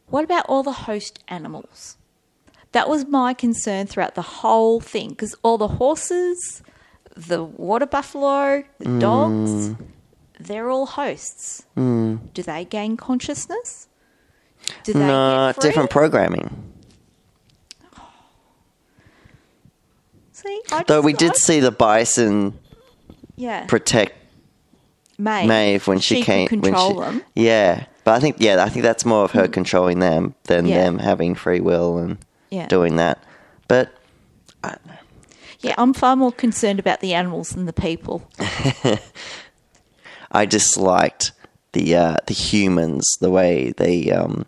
S1: What about all the host animals? That was my concern throughout the whole thing because all the horses, the water buffalo, the
S2: Mm.
S1: dogs, they're all hosts.
S2: Mm.
S1: Do they gain consciousness? Do they
S2: no
S1: get free?
S2: different programming
S1: See, I
S2: Though
S1: just
S2: we did
S1: thought-
S2: see the bison
S1: yeah,
S2: protect
S1: Maeve,
S2: Maeve when she,
S1: she
S2: came.
S1: could
S2: when she-
S1: control them. Mm.
S2: Yeah, but I think yeah, I think that's more of her controlling them than
S1: Yeah.
S2: them having free will and
S1: Yeah.
S2: doing that. But
S1: Yeah, I'm far more concerned about the animals than the people.
S2: I disliked the uh, the humans the way they um,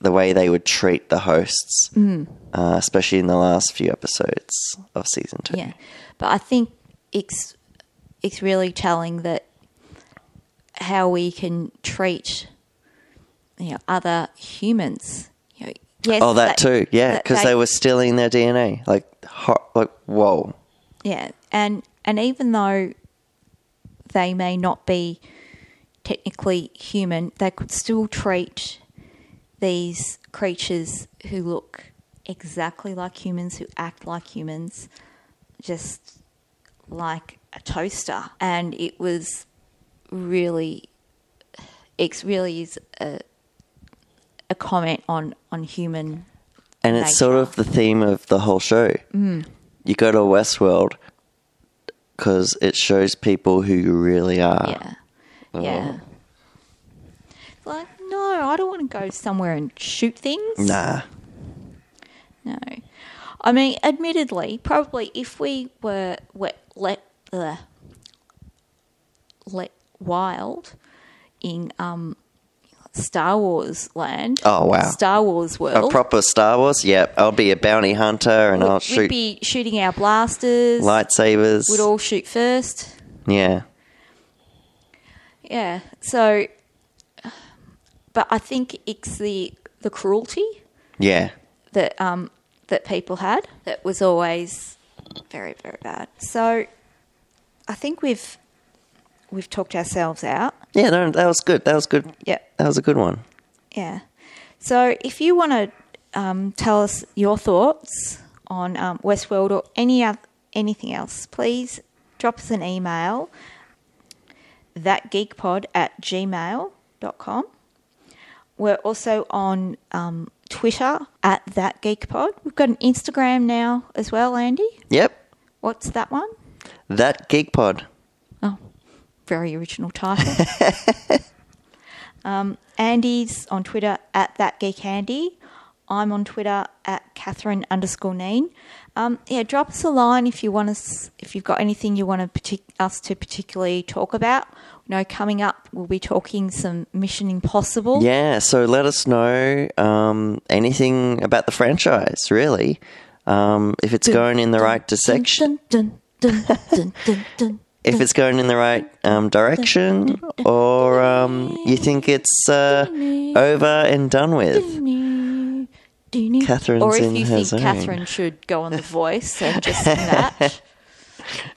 S2: the way they would treat the hosts,
S1: Mm.
S2: uh, especially in the last few episodes of season two.
S1: Yeah, but I think it's it's really telling that how we can treat you know other humans. You know, yes,
S2: Oh, that
S1: they-
S2: too, yeah, because they, were stealing their DNA. Like, ho- like whoa,
S1: yeah, and and even though they may not be technically human, they could still treat these creatures who look exactly like humans, who act like humans, just like a toaster. And it was really, it really is a, a comment on, on human.
S2: And it's sort
S1: nature.
S2: of the theme of the whole show. Mm. You go to Westworld because it shows people who you really are. Oh.
S1: Yeah. Yeah. It's Like, no, I don't want to go somewhere and shoot things.
S2: Nah.
S1: No. I mean, admittedly, probably if we were, were let, uh, let wild in, um, Star Wars land.
S2: Oh, wow.
S1: Star Wars
S2: A
S1: world.
S2: proper Star Wars? Yep. I'll be a bounty hunter and
S1: we'd,
S2: I'll
S1: we'd
S2: shoot
S1: be shooting our blasters.
S2: lightsabers.
S1: We'd all shoot first.
S2: yeah.
S1: Yeah. So, but I think it's the the cruelty
S2: Yeah.
S1: that um, that people had that was always very very bad. So, I think we've we've talked ourselves out.
S2: Yeah, no, that was good. That was good.
S1: Yeah.
S2: That was a good one.
S1: Yeah. So if you want to um, tell us your thoughts on um, Westworld or any other, anything else, please drop us an email thatgeekpod at gmail.com. We're also on um, Twitter at thatgeekpod. We've got an Instagram now as well, Andy.
S2: Yep.
S1: What's that one?
S2: That Geek Pod.
S1: Oh, very original title. um, Andy's on Twitter at that geek Andy. I'm on Twitter at Catherine underscore Neen. Um, yeah, drop us a line if you want us. If you've got anything you want to partic- us to particularly talk about. You know, coming up we'll be talking some Mission Impossible.
S2: Yeah, so let us know um, anything about the franchise, really. Um, if it's going in the right direction,
S1: Dun, dun, dun, dun, dun, dun.
S2: if it's going in the right um, direction, or um, you think it's uh, over and done with. Catherine's
S1: or if
S2: in
S1: you
S2: her
S1: think
S2: zone.
S1: Catherine should go on The Voice and just match.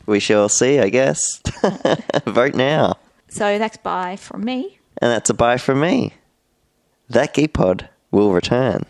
S2: We shall see, I guess. Vote now.
S1: So that's bye from me.
S2: And that's a bye from me. That Geek Pod will return.